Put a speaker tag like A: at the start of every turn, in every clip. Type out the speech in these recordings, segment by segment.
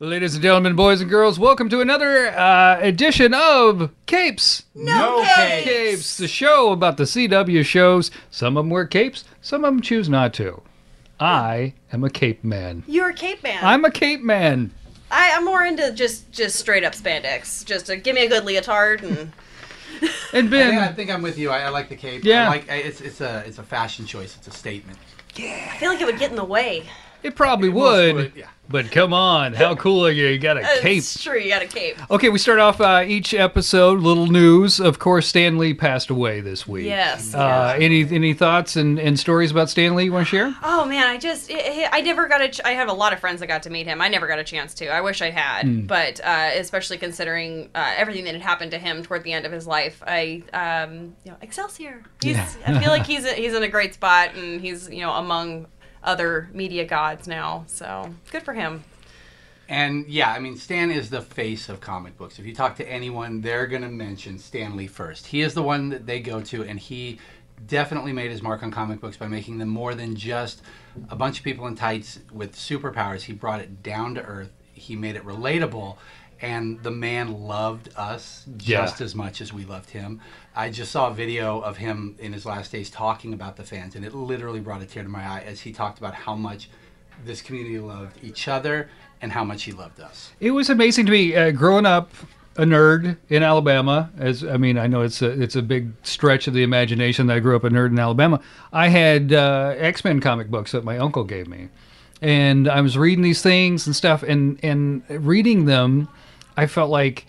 A: Ladies and gentlemen, boys and girls, welcome to another uh, edition of Capes.
B: No No capes.
A: Capes, the show about the CW shows. Some of them wear capes, some of them choose not to. I am a cape man.
B: You're a cape man.
A: I'm a cape man.
B: I, I'm more into just just straight up spandex. Just a, give me a good leotard and
A: And
C: I think, I
A: Ben,
C: think I'm with you. I, I like the cape.
A: Yeah.
C: I like I- it's it's a it's a fashion choice. It's a statement.
B: I feel like it would get in the way.
A: it probably
C: most
A: would,
C: would, yeah.
A: but come on, how cool are you? You got a
B: Uh,
A: cape.
B: It's true. You got a cape.
A: Okay, we start off uh, each episode. Little news, of course. Stan Lee passed away this week.
B: Yes.
A: Uh, any any thoughts and, and stories about Stan Lee you want to share?
B: Oh man, I just i I I never got a. Ch- I have a lot of friends that got to meet him. I never got a chance to. I wish I had, but uh, especially considering uh, everything that had happened to him toward the end of his life, I um, you know Excelsior. He's, I feel like he's he's in a great spot, and he's you know among other media gods now. So good for him.
C: And yeah, I mean Stan is the face of comic books. If you talk to anyone, they're gonna mention Stan Lee first. He is the one that they go to, and he definitely made his mark on comic books by making them more than just a bunch of people in tights with superpowers. He brought it down to earth. He made it relatable. And the man loved us
A: Yeah.
C: just as much as we loved him. I just saw a video of him in his last days talking about the fans, and it literally brought a tear to my eye as he talked about how much this community loved each other and how much he loved us.
A: It was amazing to me uh, growing up a nerd in Alabama. As I mean, I know it's a it's a big stretch of the imagination that I grew up a nerd in Alabama. I had uh, X Men comic books that my uncle gave me, and I was reading these things and stuff, and and reading them, I felt like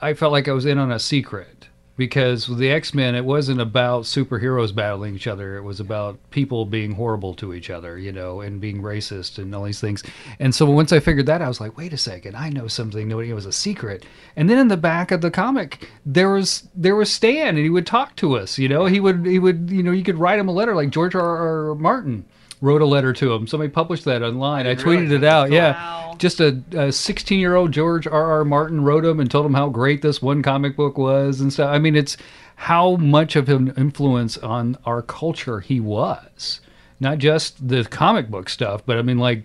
A: I felt like I was in on a secret because with the X Men, it wasn't about superheroes battling each other. It was about people being horrible to each other, you know, and being racist and all these things. And so once I figured that, out, I was like, wait a second, I know something. Nobody it was a secret. And then in the back of the comic, there was there was Stan, and he would talk to us. You know, he would he would you know you could write him a letter like George R. R. Martin wrote a letter to him. Somebody published that online. I,
C: didn't
A: tweeted
C: realize
A: it
C: that.
A: out. Yeah
B: Wow.
A: just a, a 16 year old George R. R. Martin wrote him and told him how great this one comic book was and stuff. I mean, it's how much of an influence on our culture he was. Not just the comic book stuff, but I mean, like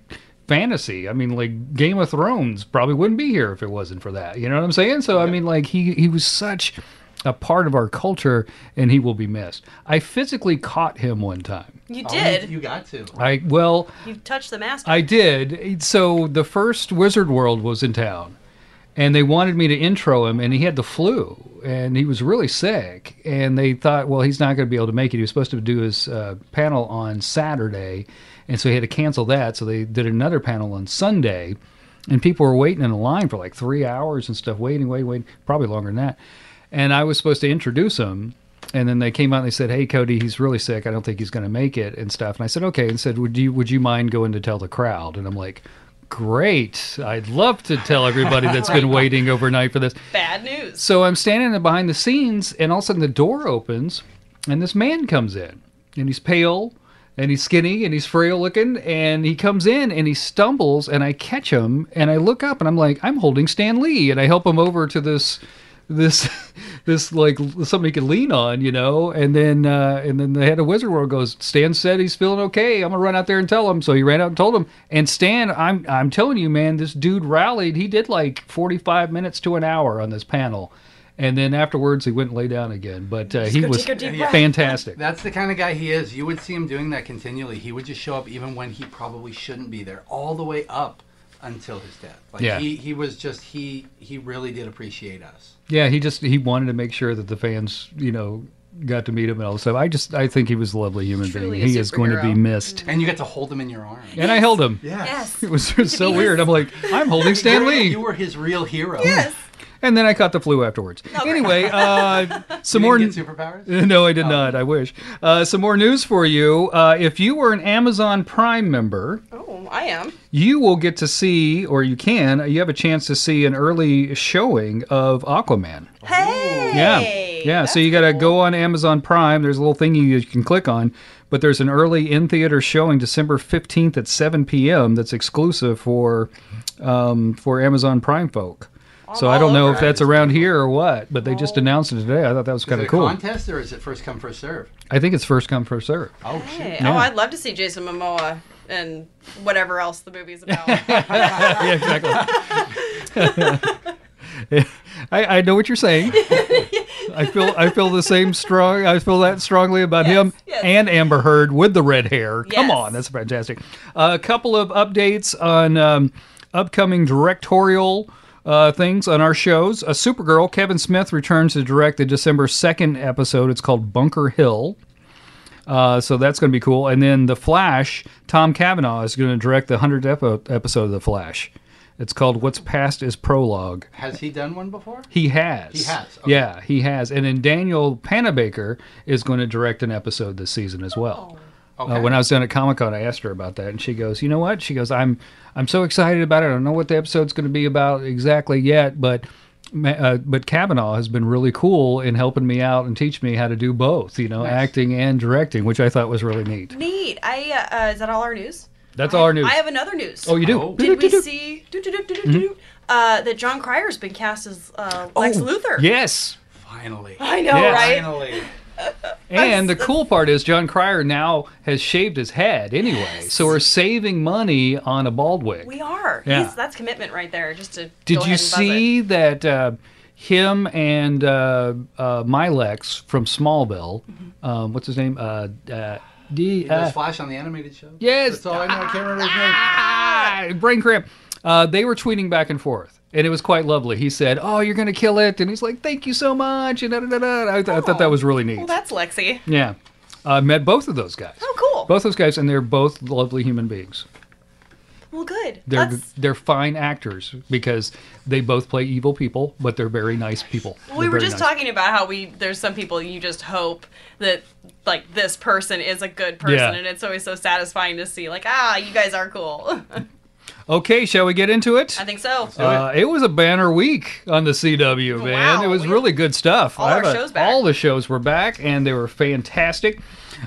A: fantasy. I mean, like Game of Thrones probably wouldn't be here if it wasn't for that. You know what I'm saying? So, I mean, like, he, he was such a part of our culture and he will be missed. I physically caught him one time.
B: You
C: Oh,
B: did.
C: you got to.
A: I, well,
B: You touched the master.
A: I did. So the first Wizard World was in town, and they wanted me to intro him, and he had the flu, and he was really sick. And they thought, well, he's not going to be able to make it. He was supposed to do his uh, panel on Saturday, and so he had to cancel that. So they did another panel on Sunday, and people were waiting in a line for like three hours and stuff, waiting, waiting, waiting, probably longer than that. And I was supposed to introduce him. And then they came out and they said, "Hey, Cody, he's really sick. I don't think he's going to make it and stuff." And I said, "Okay." And said, "Would you would you mind going to tell the crowd?" And I'm like, "Great! I'd love to tell everybody that's been waiting overnight for this."
B: Bad news.
A: So I'm standing there behind the scenes, and all of a sudden the door opens, and this man comes in, and he's pale, and he's skinny, and he's frail looking, and he comes in and he stumbles, and I catch him, and I look up, and I'm like, I'm holding Stan Lee, and I help him over to this. This, this like something he can lean on, you know, and then uh, and then the head of Wizard World goes. Stan said he's feeling okay. I'm gonna run out there and tell him. So he ran out and told him. And Stan, I'm I'm telling you, man, this dude rallied. He did like 45 minutes to an hour on this panel, and then afterwards he went and lay down again. But uh, he
B: go
A: was
B: take a deep breath.
A: fantastic.
C: That's the kind of guy he is. You would see him doing that continually. He would just show up even when he probably shouldn't be there, all the way up until his death. Like
A: Yeah.
C: he, he was just he he really did appreciate us.
A: Yeah, he just he wanted to make sure that the fans, you know, got to meet him and all that stuff. I just I think he was a lovely human
B: Truly
A: being.
B: a
A: He is going to be
B: superhero.
A: missed.
C: And you got to hold him in your arms.
A: And I held him.
B: Yes.
A: It was just so
B: Yes.
A: weird. I'm like, I'm holding Stan
C: You were-
A: Lee,
C: You were his real hero.
B: Yes.
A: and then I caught the flu afterwards. Anyway, uh, some
C: You
A: more.
C: didn't get superpowers?
A: no, I did not. I wish. Uh, some more news for you. Uh, if you were an Amazon Prime member,
B: Oh, I am.
A: you will get to see, or you can, you have a chance to see an early showing of Aquaman.
B: Hey.
A: Yeah. Yeah. So you got to go on Amazon Prime. There's a little thingy you can click on, but there's an early in theater showing December 15th at 7 p.m. that's exclusive for um, for Amazon Prime folk. So I don't know if that's around here or what, but they just announced it today. I thought that was
C: Is
A: kind
C: it
A: of
C: a
A: cool.
C: contest or is it first come first serve?
A: I think it's first come first serve.
C: Oh
B: Hey,
C: shit!
B: Oh,
A: Yeah.
B: I'd love to see Jason Momoa and whatever else the movie's about.
A: yeah, exactly. I, I know what you're saying. I feel I feel the same strong. I feel that strongly about
B: Yes,
A: him
B: yes.
A: and Amber Heard with the red hair. Come
B: Yes.
A: on, that's fantastic. Uh, a couple of updates on um, upcoming directorial uh, things on our shows. A uh, Supergirl. Kevin Smith returns to direct the December second episode. It's called Bunker Hill. Uh, so that's going to be cool. And then The Flash, Tom Cavanaugh is going to direct the 100th epo- episode of The Flash. It's called What's Past is Prologue.
C: Has he done one before?
A: He has.
C: He has, okay.
A: Yeah, he has. And then Daniel Panabaker is going to direct an episode this season as well.
C: Okay.
A: Uh, when I was down at Comic Con, I asked her about that, and she goes, "You know what?" She goes, "I'm I'm so excited about it. I don't know what the episode's going to be about exactly yet, but." ma- Uh, but Kavanaugh has been really cool in helping me out and teach me how to do both, you know, acting and directing, which I thought was really neat.
B: Neat. I uh, uh, is that all our news?
A: That's
B: I
A: all our
B: have-
A: news.
B: I have another news.
A: oh, you do? Mm-hmm.
C: Oh.
B: Did we
A: Do-do-do-do.
B: see do, do, do, do, do, do, do, uh, that John Cryer's been cast as uh, Lex Luthor?
A: Oh. Yes.
C: Finally.
B: I know,
A: Yes.
B: right?
C: Finally.
A: And the cool part is John Cryer now has shaved his head anyway, so we're saving money on a bald wig.
B: We are.
A: Yeah.
B: He's, that's commitment right there. Just to
A: Did you
B: go ahead and buzz it.
A: see that uh, him and uh, uh, Milex from Smallville?
B: Mm-hmm.
A: Um, what's his name? Uh, uh, D.
C: He
A: uh,
C: does Flash on the animated show.
A: Yes.
C: That's all I know. I can't remember his name.
A: ah, brain cramp. Uh, they were tweeting back and forth, and it was quite lovely. He said, "Oh, you're gonna kill it," and he's like, "Thank you so much." And da, da, da, da. I, I thought that was really neat.
B: Oh. Well, that's Lexi.
A: yeah, I met both of those guys.
B: Oh, cool.
A: Both those guys, and they're both lovely human beings.
B: well, good.
A: They're
B: That's-
A: they're fine actors because they both play evil people, but they're very nice people.
B: well, we
A: They're
B: were
A: very
B: just
A: nice.
B: talking about how we there's some people you just hope that like this person is a good person,
A: Yeah.
B: and it's always so satisfying to see like ah, you guys are cool.
A: Okay, shall we get into it?
B: I think so.
A: Uh, it was a banner week on the CW, man.
B: Oh, Wow.
A: It was really good stuff.
B: All
A: I
B: our
A: have
B: shows back.
A: All the shows were back, and they were fantastic.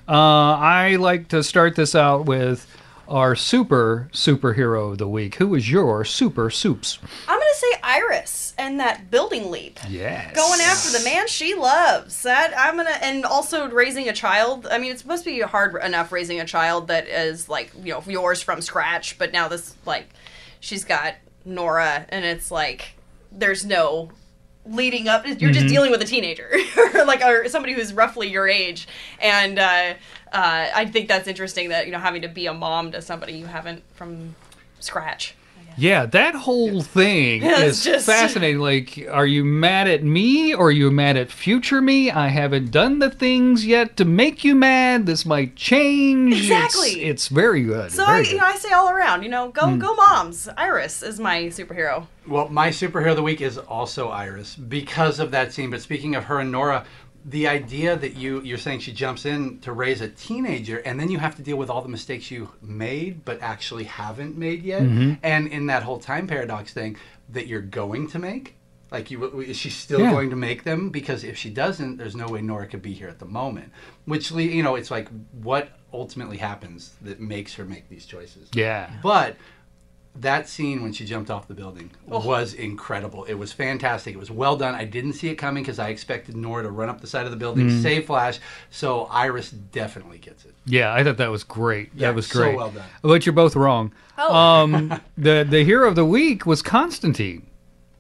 A: Uh, I like to start this out with our super superhero of the week. Who was your super soups?
B: I'm gonna say Iris and that building leap.
A: Yes.
B: Going after the man she loves. That I'm gonna, and also raising a child. I mean, it's supposed to be hard enough raising a child that is like you know yours from scratch, but now this like she's got Nora, and it's like there's no leading up. You're
A: Mm-hmm.
B: just dealing with a teenager, or like or somebody who's roughly your age, and uh, uh, I think that's interesting that you know having to be a mom to somebody you haven't from scratch.
A: Yeah, that whole thing
B: It's
A: is
B: just-
A: fascinating. Like, are you mad at me or are you mad at future me? I haven't done the things yet to make you mad. This might change. It's- It's,
B: Exactly.
A: very good.
B: So I,
A: very
B: you
A: good. Mm.
B: know, I say all around, you know, go go moms. Iris is my superhero.
C: Well, my superhero of the week is also Iris because of that scene. But speaking of her and Nora, the idea that you you're saying she jumps in to raise a teenager and then you have to deal with all the mistakes you made but actually haven't made yet, and in that whole time paradox thing that you're going to make. Like you, is she still
A: Yeah.
C: going to make them? Because if she doesn't, there's no way Nora could be here at the moment. Which, le- you know, it's like what ultimately happens that makes her make these choices.
A: yeah.
C: But that scene when she jumped off the building
A: Oh.
C: was incredible. It was fantastic. It was well done. I didn't see it coming because I expected Nora to run up the side of the building,
A: Mm.
C: save Flash. So Iris definitely gets it.
A: Yeah, I thought that was great.
C: Yeah,
A: that was
C: so
A: great.
C: well done.
A: But you're both wrong.
B: Oh.
A: Um, the the hero of the week was Constantine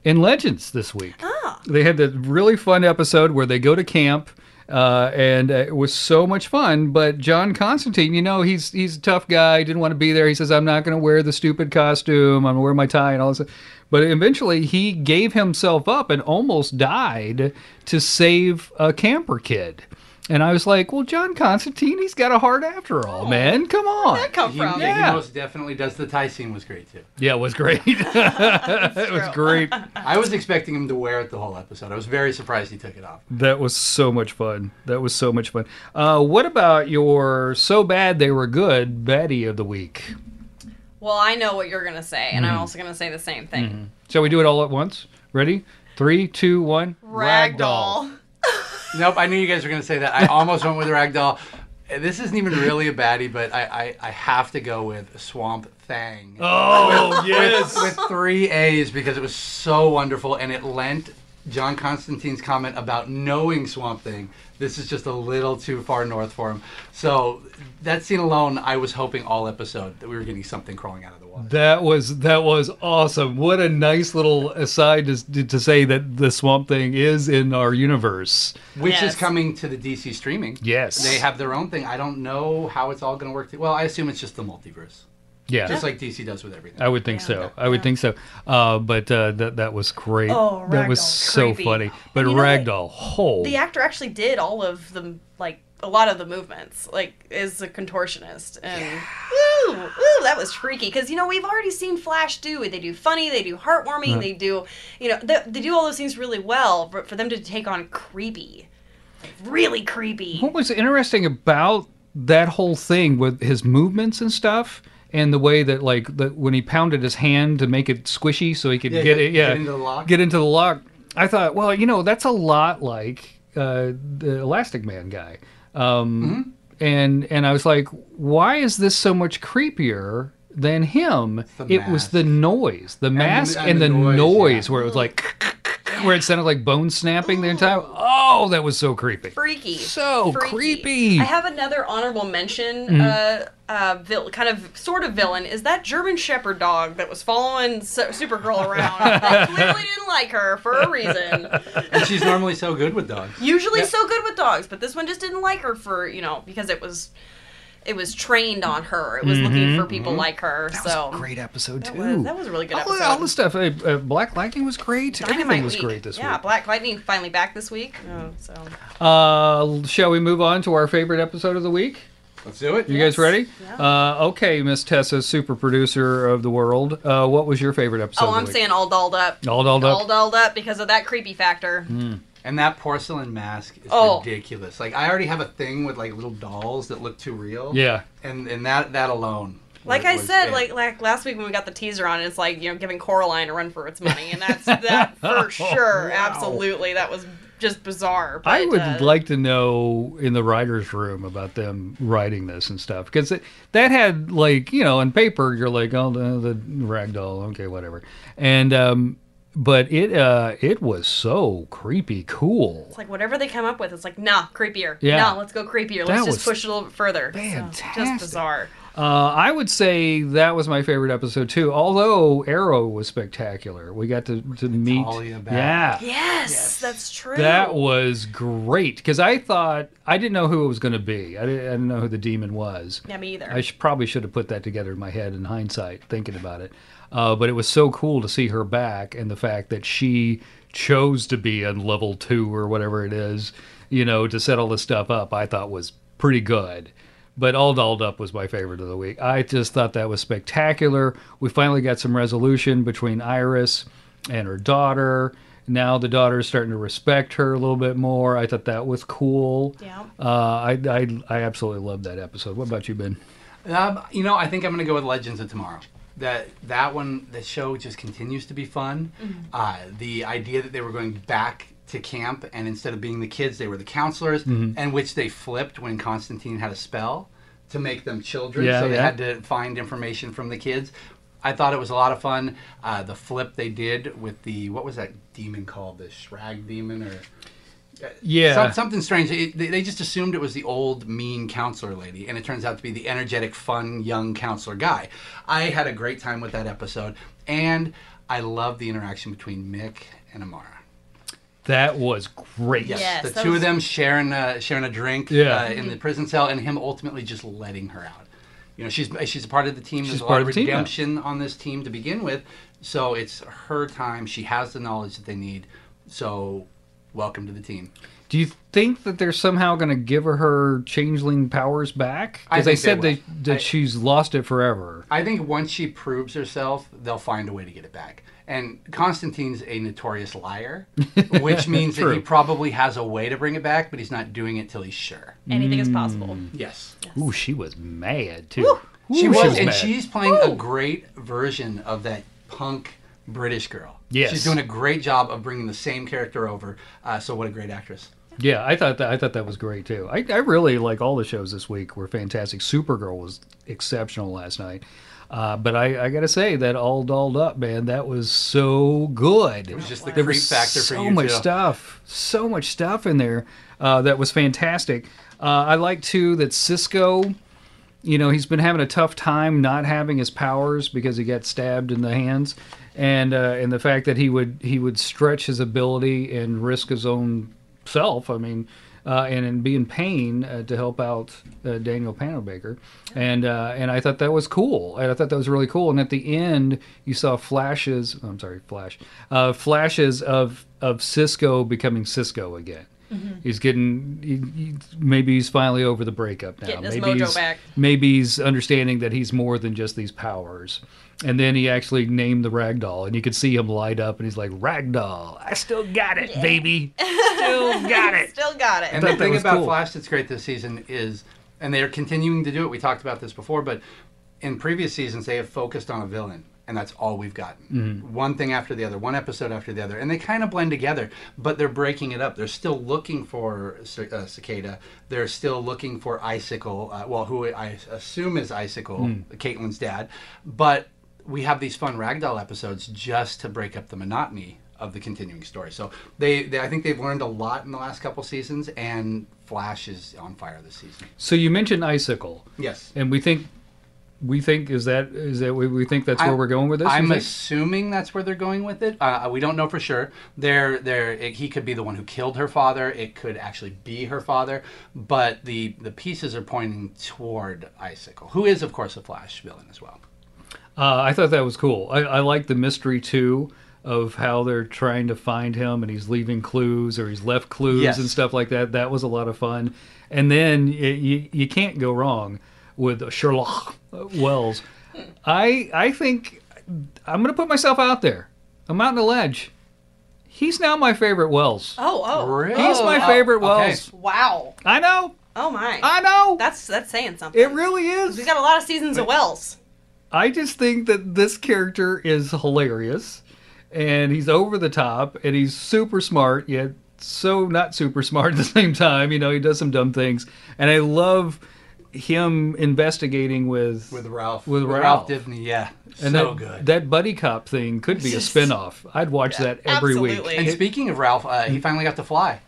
A: in Legends this week.
B: Ah.
A: They had the really fun episode where they go to camp. Uh, and uh, it was so much fun, but John Constantine, you know, he's he's a tough guy. Didn't want to be there. He says, "I'm not going to wear the stupid costume. I'm going to wear my tie and all this." But eventually, he gave himself up and almost died to save a camper kid. And I was like, "Well, John Constantine, he's got a heart after all, man. Come on."
B: Oh, That come
C: He,
B: from?
C: he
A: Yeah.
C: most definitely does. The tie scene was great too.
A: Yeah, it was great. it was great.
C: I was expecting him to wear it the whole episode. I was very surprised he took it off.
A: That was so much fun. That was so much fun. Uh, what about your so bad they were good Betty of the week?
B: Well, I know what you're gonna say, and I'm also gonna say the same thing.
A: Shall we do it all at once? Ready? Three, two, one.
B: Ragdoll.
C: Nope, I knew you guys were going to say that. I almost went with Ragdoll. This isn't even really a baddie, but I, I, I have to go with Swamp Thang.
A: Oh yes.
C: with three A's because it was so wonderful and it lent John Constantine's comment about knowing Swamp Thing, this is just a little too far north for him. So that scene alone, I was hoping all episode that we were getting something crawling out of the water.
A: That was that was awesome. What a nice little aside to, to say that the Swamp Thing is in our universe.
C: Which is
B: Yes.
C: coming to the DC streaming.
A: Yes.
C: They have their own thing. I don't know how it's all going to work. to- well, I assume it's just the multiverse,
A: Yeah.
C: just like DC does with everything.
A: I would think
B: Yeah.
A: so. I would think so. Uh, but uh, that that was great.
B: Oh,
A: that was
B: Ragdoll's
A: so
B: creepy.
A: funny. But
B: You know what?
A: Ragdoll, whole
B: the actor actually did all of the like a lot of the movements like is a contortionist and ooh, ooh that was freaky because you know we've already seen flash do it they do funny they do heartwarming they do you know they, they do all those things really well but for them to take on creepy like, really creepy
A: What was interesting about that whole thing with his movements and stuff, and the way that like that when he pounded his hand to make it squishy so he could
C: Yeah,
A: get
C: yeah,
A: it, yeah,
C: get into the lock.
A: get into the lock. I thought, well, you know, that's a lot like uh, the Elastic Man guy, um,
C: Mm-hmm.
A: and and I was like, why is this so much creepier? Than him,
C: the
A: it was
C: mask.
A: the noise, the mask, and,
C: and
A: the,
C: the noise,
A: noise,
C: yeah.
A: where it was like, where it sounded like bone snapping the entire. Oh, that was so creepy.
B: freaky.
A: So creepy. Mm-hmm.
B: I have another honorable mention. Uh, uh, vil- kind of, sort of villain is that German Shepherd dog that was following Su- Supergirl around. I clearly didn't like her for a reason.
C: and she's normally so good with dogs.
B: Usually so good with dogs, but this one just didn't like her for you know because it was, it was trained on her. It was
A: Mm-hmm.
B: looking for people like her. so
A: great episode
B: That
A: too.
B: was, that was a really good
A: all,
B: episode.
A: all the stuff. Uh, uh, Black Lightning was great. Everything was
B: week.
A: great this
B: yeah,
A: week.
B: Black Lightning finally back this week. Oh, so
A: Uh, shall we move on to our favorite episode of the week?
C: Let's do it.
A: You guys ready? Uh, okay, Miss Tessa, super producer of the world. Uh, what was your favorite episode?
B: oh,
A: of the
B: I'm
A: week?
B: saying all dolled up.
A: all dolled
B: all
A: up.
B: dolled up because of that creepy factor.
C: And Hmm, that porcelain mask is
B: Oh.
C: ridiculous. Like I already have a thing with like little dolls that look too real.
A: Yeah,
C: And and that that alone.
B: Like
C: was-
B: I
C: was
B: said,
C: it.
B: like like last week when we got the teaser on, it's like you know giving Coraline a run for its money, and that's that
A: Oh,
B: for sure, absolutely. That was just bizarre. But,
A: I would
B: uh,
A: like to know in the writers' room about them writing this and stuff because that had like you know on paper you're like oh the, the ragdoll okay whatever and um but it uh it was so creepy cool
B: It's like whatever they come up with, it's like nah, creepier.
A: Yeah.
B: Nah, let's go creepier.
A: That
B: Let's
A: was
B: just push it a little bit further. So,
A: fantastic.
B: just bizarre.
A: uh I would say that was my favorite episode too although Arrow was spectacular we got to to meet
C: Talia back.
A: yeah
B: Yes, that's true.
A: That was great because I thought I didn't know who it was going to be. I didn't, I didn't know who the demon was.
B: yeah, me either.
A: I should, probably should have put that together in my head in hindsight, thinking about it. Uh, but it was so cool to see her back and the fact that she chose to be on level two or whatever it is, you know, to set all this stuff up, I thought was pretty good. But All Dolled Up was my favorite of the week. I just thought that was spectacular. We finally got some resolution between Iris and her daughter. Now the daughter is starting to respect her a little bit more. I thought that was cool.
B: Yeah.
A: Uh, I, I, I absolutely loved that episode. What about you, Ben?
C: Um, you know, I think I'm gonna go with Legends of Tomorrow. That that one, the show just continues to be fun. Uh, the idea that they were going back to camp and instead of being the kids, they were the counselors,
A: Mm-hmm.
C: and which they flipped when Constantine had a spell to make them children.
A: Yeah,
C: so they
A: yeah.
C: had to find information from the kids. I thought it was a lot of fun. Uh, the flip they did with the what was that demon called? The Shrag demon or
A: Yeah.
C: Some, something strange. It, they, they just assumed it was the old mean counselor lady, and it turns out to be the energetic, fun, young counselor guy. I had a great time with that episode, and I love the interaction between Mick and Amara.
A: That was great.
C: Yes,
B: Yes,
C: the
B: that
C: two
B: was-
C: of them sharing a, sharing a drink
A: Yeah.
C: uh, in the prison cell, and him ultimately just letting her out. You know, she's she's a part of the team. There's a
A: part
C: lot
A: of
C: of
A: the team now.
C: redemption on this team to begin with, so it's her time. She has the knowledge that they need. So, welcome to the team.
A: Do you think that they're somehow going to give her her changeling powers back?
C: I
A: Because they
C: think they
A: said
C: will.
A: that
C: I-
A: she's lost it forever.
C: I think once she proves herself, they'll find a way to get it back. And Constantine's a notorious liar, which means that
A: True.
C: he probably has a way to bring it back, but he's not doing it till he's sure.
B: Anything is possible.
A: Hmm.
C: Yes.
A: Ooh, she was mad too. Ooh,
C: She was, and
A: mad.
C: she's playing a great version of that punk British girl.
A: Yes.
C: She's doing a great job of bringing the same character over. Uh, so, what a great actress.
A: Yeah, I thought that I thought that was great too. I, I really like all the shows this week were fantastic. Supergirl was exceptional last night. Uh, but I, I gotta say that all dolled up, man, that was so good. It
C: was just the
A: there
C: creep
A: was
C: factor for
A: so
C: you,
A: much
C: too.
A: stuff, so much stuff in there uh, that was fantastic. Uh, I like too that Cisco, you know, he's been having a tough time not having his powers because he got stabbed in the hands, and uh, and the fact that he would he would stretch his ability and risk his own self. I mean, uh, and and be in pain uh, to help out uh, Daniel Panabaker, and uh, and I thought that was cool, and I thought that was really cool. And at the end, you saw flashes. I'm sorry, flash, uh, flashes of of Cisco becoming Cisco again.
B: Mm-hmm.
A: He's getting he, he- maybe he's finally over the breakup now.
B: Getting his
A: maybe
B: mojo
A: he's,
B: back.
A: Maybe he's understanding that he's more than just these powers. And then he actually named the ragdoll, and you could see him light up, and he's like, "Ragdoll, I still got it, baby, still got it."
B: Still got it.
C: And
A: thought
C: the
A: that
C: thing
A: was
C: about
A: cool.
C: Flash that's great this season is, and they are continuing to do it. We talked about this before, but in previous seasons they have focused on a villain, and that's all we've gotten.
A: Mm-hmm.
C: One thing after the other, one episode after the other, and they kind of blend together. But they're breaking it up. They're still looking for Ci- uh, Cicada. They're still looking for Icicle. Uh, well, who I assume is Icicle,
A: Mm.
C: Caitlin's dad, but. We have these fun ragdoll episodes just to break up the monotony of the continuing story. So they, they I think they've learned a lot in the last couple seasons, and Flash is on fire this season.
A: So you mentioned icicle,
C: Yes.
A: and we think, we think is that is that we, we think that's where
C: I'm-
A: we're going with this.
C: I'm
A: You think?
C: assuming that's where they're going with it. Uh, we don't know for sure. There, there. It, he could be the one who killed her father. It could actually be her father. But the the pieces are pointing toward Icicle, who is of course a Flash villain as well.
A: Uh, I thought that was cool. I, I like the mystery too of how they're trying to find him and he's leaving clues or he's left clues
C: Yes.
A: and stuff like that. That was a lot of fun. And then y you, you can't go wrong with Sherlock Wells. I I think I'm going to put myself out there. I'm out on a ledge. He's now my favorite Wells.
B: oh, oh,
C: Really?
A: He's
B: oh,
A: my
B: oh,
A: favorite
C: okay.
A: Wells.
B: Wow.
A: I know.
B: Oh my.
A: I know.
B: that's that's saying something.
A: it really is.
B: He's got a lot of seasons of Wells.
A: I just think that this character is hilarious and he's over the top and he's super smart yet so not super smart at the same time. You know, he does some dumb things. And I love him investigating with
C: With Ralph.
A: With Ralph.
C: Ralph Disney. Yeah.
A: and
C: so
A: that,
C: good.
A: That buddy cop thing could be a spin-off. I'd watch that every
B: absolutely.
A: week.
C: and speaking of Ralph, uh,
A: Mm-hmm.
C: he finally got to fly.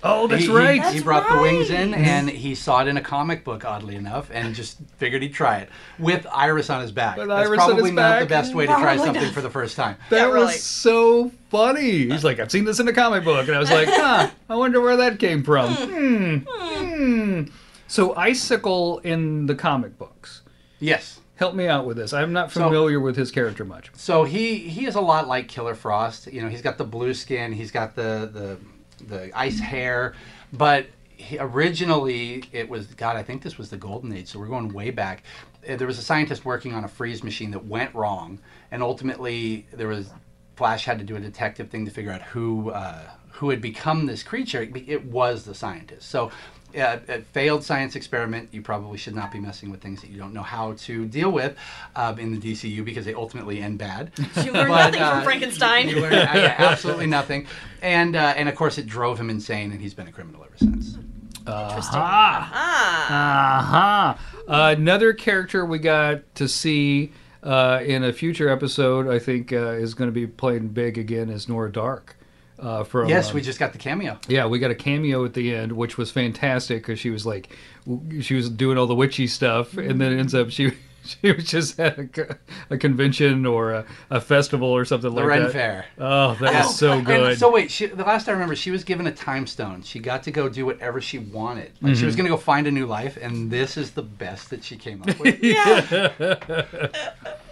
A: Oh, that's
C: he, he-
A: right.
C: He,
B: That's
C: brought the wings
B: right.
C: in, and he saw it in a comic book, oddly enough, and just figured he'd try it with Iris on his back.
A: With
C: That's
A: Iris on his
C: probably not
A: back.
C: the best way to try
B: Probably
C: something
B: not.
C: for the first time.
A: that
B: Yeah, really.
A: was so funny. He's like, I've seen this in a comic book, and I was like, huh, I wonder where that came from. Hmm. Hmm. So icicle in the comic books.
C: Yes.
A: Help me out with this. I'm not familiar with his character much.
C: So he he is a lot like Killer Frost. You know, he's got the blue skin, he's got the the the ice hair, but he, originally it was God. I think this was the Golden Age, so we're going way back. Uh, There was a scientist working on a freeze machine that went wrong, and ultimately there was Flash had to do a detective thing to figure out who uh, who had become this creature. It, it was the scientist. So. Uh, a failed science experiment. You probably should not be messing with things that you don't know how to deal with um, in the DCU because they ultimately end bad.
B: You
C: But,
B: learn nothing
C: uh,
B: from Frankenstein.
C: You learn uh, yeah, absolutely nothing, and uh, and of course it drove him insane, and he's been a criminal ever since.
A: Aha!
B: ah.
A: Aha! another character we got to see uh, in a future episode, I think, uh, is going to be playing big again is Nora Dark. Uh, from
C: Yes,
A: um,
C: we just got the cameo.
A: Yeah, we got a cameo at the end, which was fantastic because she was like, w- she was doing all the witchy stuff, and then ends up she she was just at a, co- a convention or a, a festival or something
C: The
A: like
C: Ren
A: that.
C: Fair.
A: Oh, that is so
C: And
A: good.
C: so wait, she, the last I remember, she was given a time stone. She got to go do whatever she wanted. Like she was going to go find a new life, and this is the best that she came up with.
B: Yeah.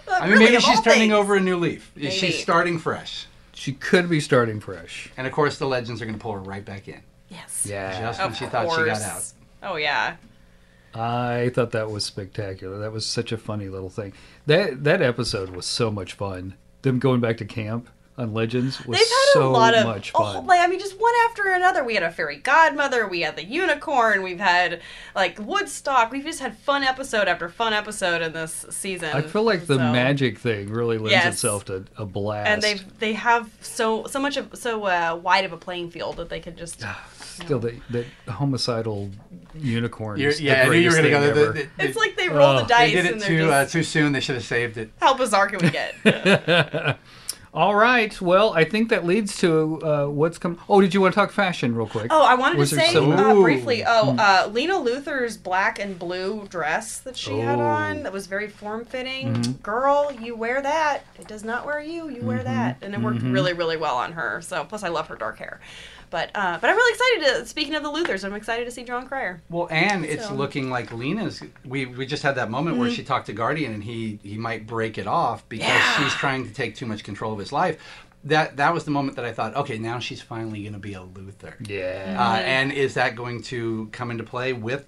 C: I mean, maybe she's turning over a new leaf.
B: Maybe.
C: She's starting fresh,
A: she could be starting fresh.
C: and of course, the legends are going to pull her right back in.
B: Yes.
A: Yeah,
C: Just Oh. when
B: Of
C: she thought she got
B: course.
C: out.
B: Oh yeah.
A: I thought that was spectacular. That was such a funny little thing. That that episode was so much fun. Them going back to camp on Legends was
B: They've had
A: so
B: a lot of
A: much
B: oh,
A: fun.
B: like I mean, just one after another. We had a fairy godmother. We had the unicorn. We've had like Woodstock. We've just had fun episode after fun episode in this season.
A: I feel like the
B: So-
A: magic thing really lends
B: Yes.
A: itself to a blast.
B: And they they have so so much of so uh, wide of a playing field that they could just
A: still that, that homicidal unicorn.
C: You're,
A: is the
C: yeah, I knew you were
A: greatest
C: gonna go
A: thing
C: there.
A: ever.
C: They- they-
B: It's
C: they-
B: like they roll the
A: Oh.
B: dice
C: they did it
B: and they're
C: too
B: just
C: uh, too soon. They should have saved it.
B: how bizarre can we get?
A: All right. Well, I think that leads to uh, what's come. Oh, did you want to talk fashion real quick?
B: Oh, I wanted
A: Was
B: to
A: there
B: say
A: some- Hmm.
B: uh,
C: Ooh.
B: briefly. Oh, uh, Lena Luthor's black and blue dress that she had
A: Oh. Mm-hmm.
B: on that was very form fitting. Girl, you wear that. It does not wear you. You wear that, and it worked
A: Mm-hmm.
B: really, really well on her. So, plus, I love her dark hair. But, uh, but I'm really excited. To, speaking of the Luthers, I'm excited to see John Cryer.
C: Well, and it's
B: So- Mm.
C: looking like Lena's. We we just had that moment where she talked to Guardian, and he he might break it off because
B: Yeah.
C: she's trying to take too much control of his life. That that was the moment that I thought, okay, now she's finally going to be a Luther.
A: yeah.
C: Uh, and is that going to come into play with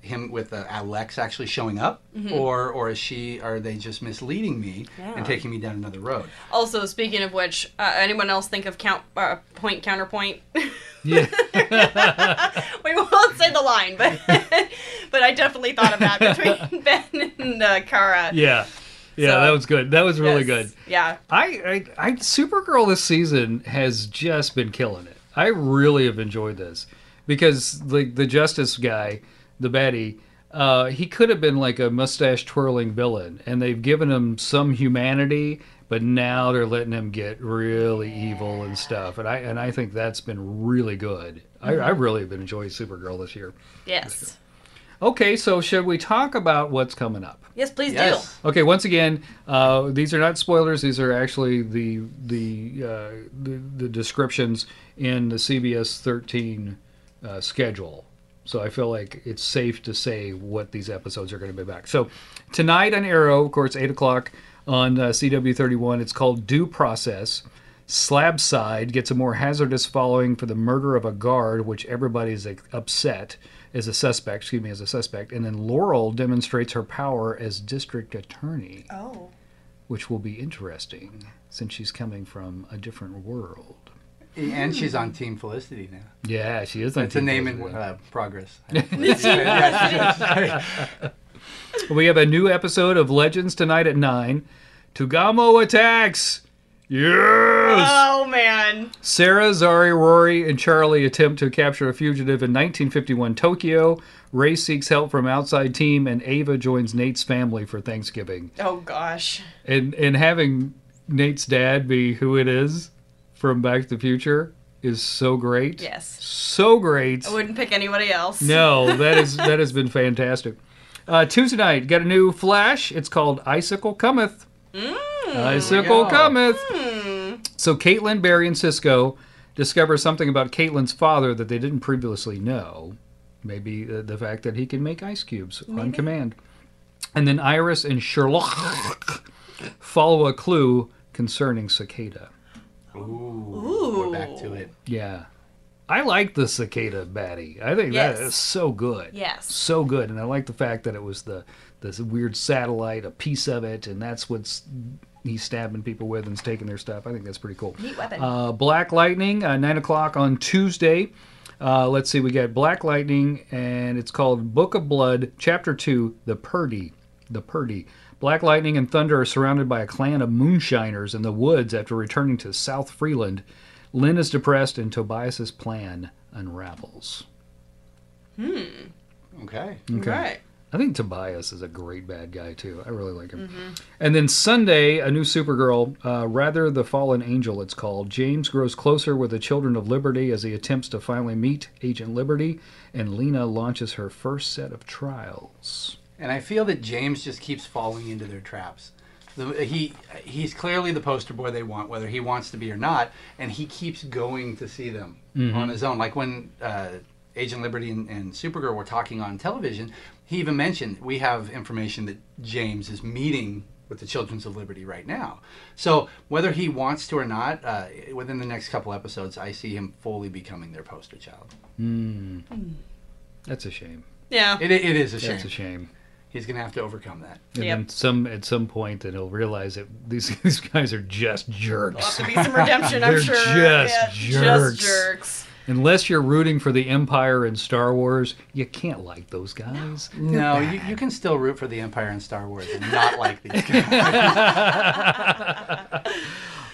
C: him with uh, Alex actually showing up, or or is she? Are they just misleading me
B: Mm-hmm. Yeah.
C: and taking me down another road?
B: Also, speaking of which, uh, anyone else think of count uh, point counterpoint?
A: Yeah.
B: we won't say the line, but but I definitely thought of that between Ben and uh, Kara.
A: Yeah. Yeah.
B: So-
A: that was good. That was really
B: Yes.
A: good.
B: Yeah.
A: I, I, I, Supergirl this season has just been killing it. I really have enjoyed this because like the Justice guy, the baddie, uh, he could have been like a mustache twirling villain, and they've given him some humanity, but now they're letting him get really evil and stuff. And I and I think that's been really good. I, I really have been enjoying Supergirl this year.
B: Yes.
A: Okay, so should we talk about what's coming up?
B: Yes, please
C: Yes.
A: Okay, once again, uh, these are not spoilers. These are actually the the uh, the, the descriptions in the CBS 13 uh, schedule. So I feel like it's safe to say what these episodes are going to be back. So tonight on Arrow, of course, eight o'clock on uh, CW 31. It's called Due Process. Slabside gets a more hazardous following for the murder of a guard, which everybody is like, upset as a suspect. Excuse me, as a suspect. And then Laurel demonstrates her power as district attorney,
B: do. Oh.
A: which will be interesting since she's coming from a different world.
B: Hmm.
C: And she's on Team Felicity now.
A: Yeah, she is. on
C: It's a
A: Team
C: name in
A: President.
C: uh, progress.
A: We have a new episode of Legends tonight at nine. Tugamo attacks. Yes.
B: Oh man.
A: Sarah, Zari, Rory, and Charlie attempt to capture a fugitive in 1951 Tokyo. Ray seeks help from outside team, and Ava joins Nate's family for Thanksgiving.
B: Oh gosh.
A: And and having Nate's dad be who it is from Back to the Future is so great.
B: Yes.
A: So great.
B: I wouldn't pick anybody else.
A: No, that is that has been fantastic. Uh, Tuesday night, got a new Flash. It's called Icicle Cometh. Icicle
B: Oh
C: Yeah.
B: Hmm.
A: Cometh. So Caitlin, Barry, and Cisco discover something about Caitlin's father that they didn't previously know. Maybe uh, the fact that he can make ice cubes on command. And then Iris and Sherlock follow a clue concerning cicada.
C: Ooh, Ooh, we're back to it.
A: Yeah. I like the cicada baddie. I think
B: Yes.
A: that is so good.
B: Yes.
A: So good. And I like the fact that it was the this weird satellite, a piece of it, and that's what's he's stabbing people with and taking their stuff. I think that's pretty cool.
B: Neat weapon.
A: Uh, Black Lightning, uh, 9 o'clock on Tuesday. Uh, let's see, we got Black Lightning, and it's called Book of Blood, Chapter 2, The Purdy. The Purdy. Black Lightning and Thunder are surrounded by a clan of moonshiners in the woods after returning to South Freeland. Lynn is depressed, and Tobias's plan unravels.
B: Hmm.
C: Okay.
A: Okay.
B: Right.
A: I think Tobias is a great bad guy too. I really like him. And then Sunday, a new Supergirl, uh, rather the fallen angel, it's called. James grows closer with the Children of Liberty as he attempts to finally meet Agent Liberty, and Lena launches her first set of trials.
C: And I feel that James just keeps falling into their traps. The, he he's clearly the poster boy they want, whether he wants to be or not, and he keeps going to see them
A: Mm-hmm.
C: on his own. Like when uh, Agent Liberty and, and Supergirl were talking on television, he even mentioned we have information that James is meeting with the Children's of Liberty right now. So whether he wants to or not, uh, within the next couple episodes, I see him fully becoming their poster child.
A: That's a shame.
B: Yeah.
C: It, it is a shame.
A: That's a shame.
C: He's going to have to overcome that.
A: And
B: Yep.
A: then some at some point, then he'll realize that these these guys are just
B: There'll have
A: jerks.
B: to be some redemption, I'm
A: They're
B: sure.
A: just jerks.
B: Just jerks.
A: Unless you're rooting for the Empire and Star Wars, you can't like those guys.
C: No, you, you can still root for the Empire and Star Wars and not like these guys.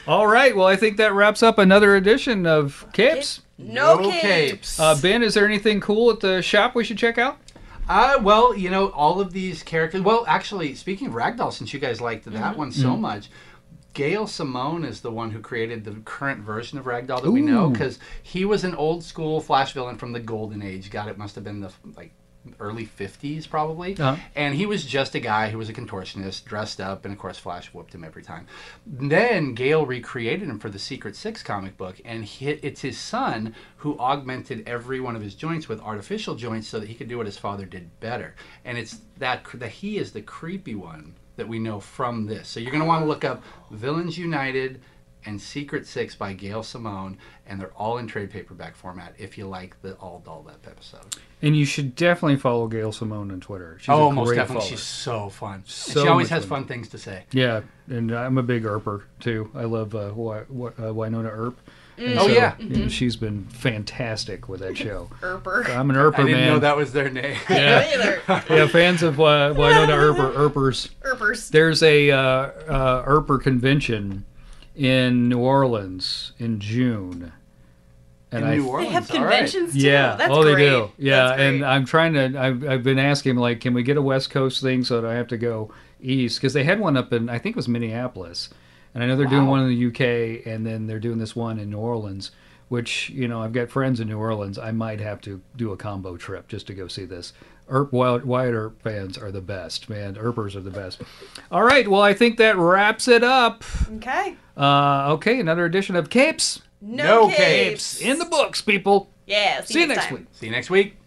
A: All right. Well, I think that wraps up another edition of Kips.
B: No,
C: No
B: capes.
C: capes.
A: Uh, ben, is there anything cool at the shop we should check out?
C: Uh, well, you know, all of these characters. Well, actually, speaking of Ragdoll, since you guys liked that one so much, Gail Simone is the one who created the current version of Ragdoll that we know
A: Ooh.
C: because he was an old school Flash villain from the Golden Age. God, it must have been the like early 50s probably
A: Uh-huh.
C: and he was just a guy who was a contortionist dressed up and of course flash whooped him every time then gail recreated him for the secret six comic book and he, it's his son who augmented every one of his joints with artificial joints so that he could do what his father did better and it's that cr- that he is the creepy one that we know from this so you're going to want to look up villains united and Secret Six by Gail Simone, and they're all in trade paperback format. If you like the all dolled up episode,
A: And you should definitely follow Gail Simone on Twitter. She's
C: oh,
A: a
C: most
A: great
C: definitely.
A: follower.
C: She's so fun.
A: So
C: and she always
A: much
C: has
A: fun.
C: fun things to say.
A: Yeah, and I'm a big ERPer too. I love uh, Wi- Wi- uh, Winona Earp. And
C: Oh, yeah.
A: you know, she's been fantastic with that show.
B: Erper.
A: I'm an ERPer
C: I didn't
A: man.
C: know that was their name.
A: Uh, Yeah, yeah, fans of uh, Winona Earp are ERPers.
B: Erpers.
A: There's a uh, uh, ERPer convention in New Orleans in June, and
C: In
A: I
C: New Orleans.
B: They have
C: all right.
B: conventions too.
A: Yeah.
B: That's
A: oh,
B: great.
A: they do. Yeah,
B: That's great.
A: and I'm trying to. I've, I've been asking like, can we get a West Coast thing so that I have to go east? Because they had one up in I think it was Minneapolis, and I know they're doing
C: Wow.
A: one in the UK, and then they're doing this one in New Orleans. Which you know, I've got friends in New Orleans. I might have to do a combo trip just to go see this. Erp Wild, Wyatt Earp fans are the best, man. Erpers are the best. All right, well, I think that wraps it up.
B: okay.
A: Uh, okay, another edition of Capes
B: No,
C: No
B: capes.
C: capes.
A: in the books, people.
B: Yeah.
A: See you next
B: time.
A: week.
C: See you next week.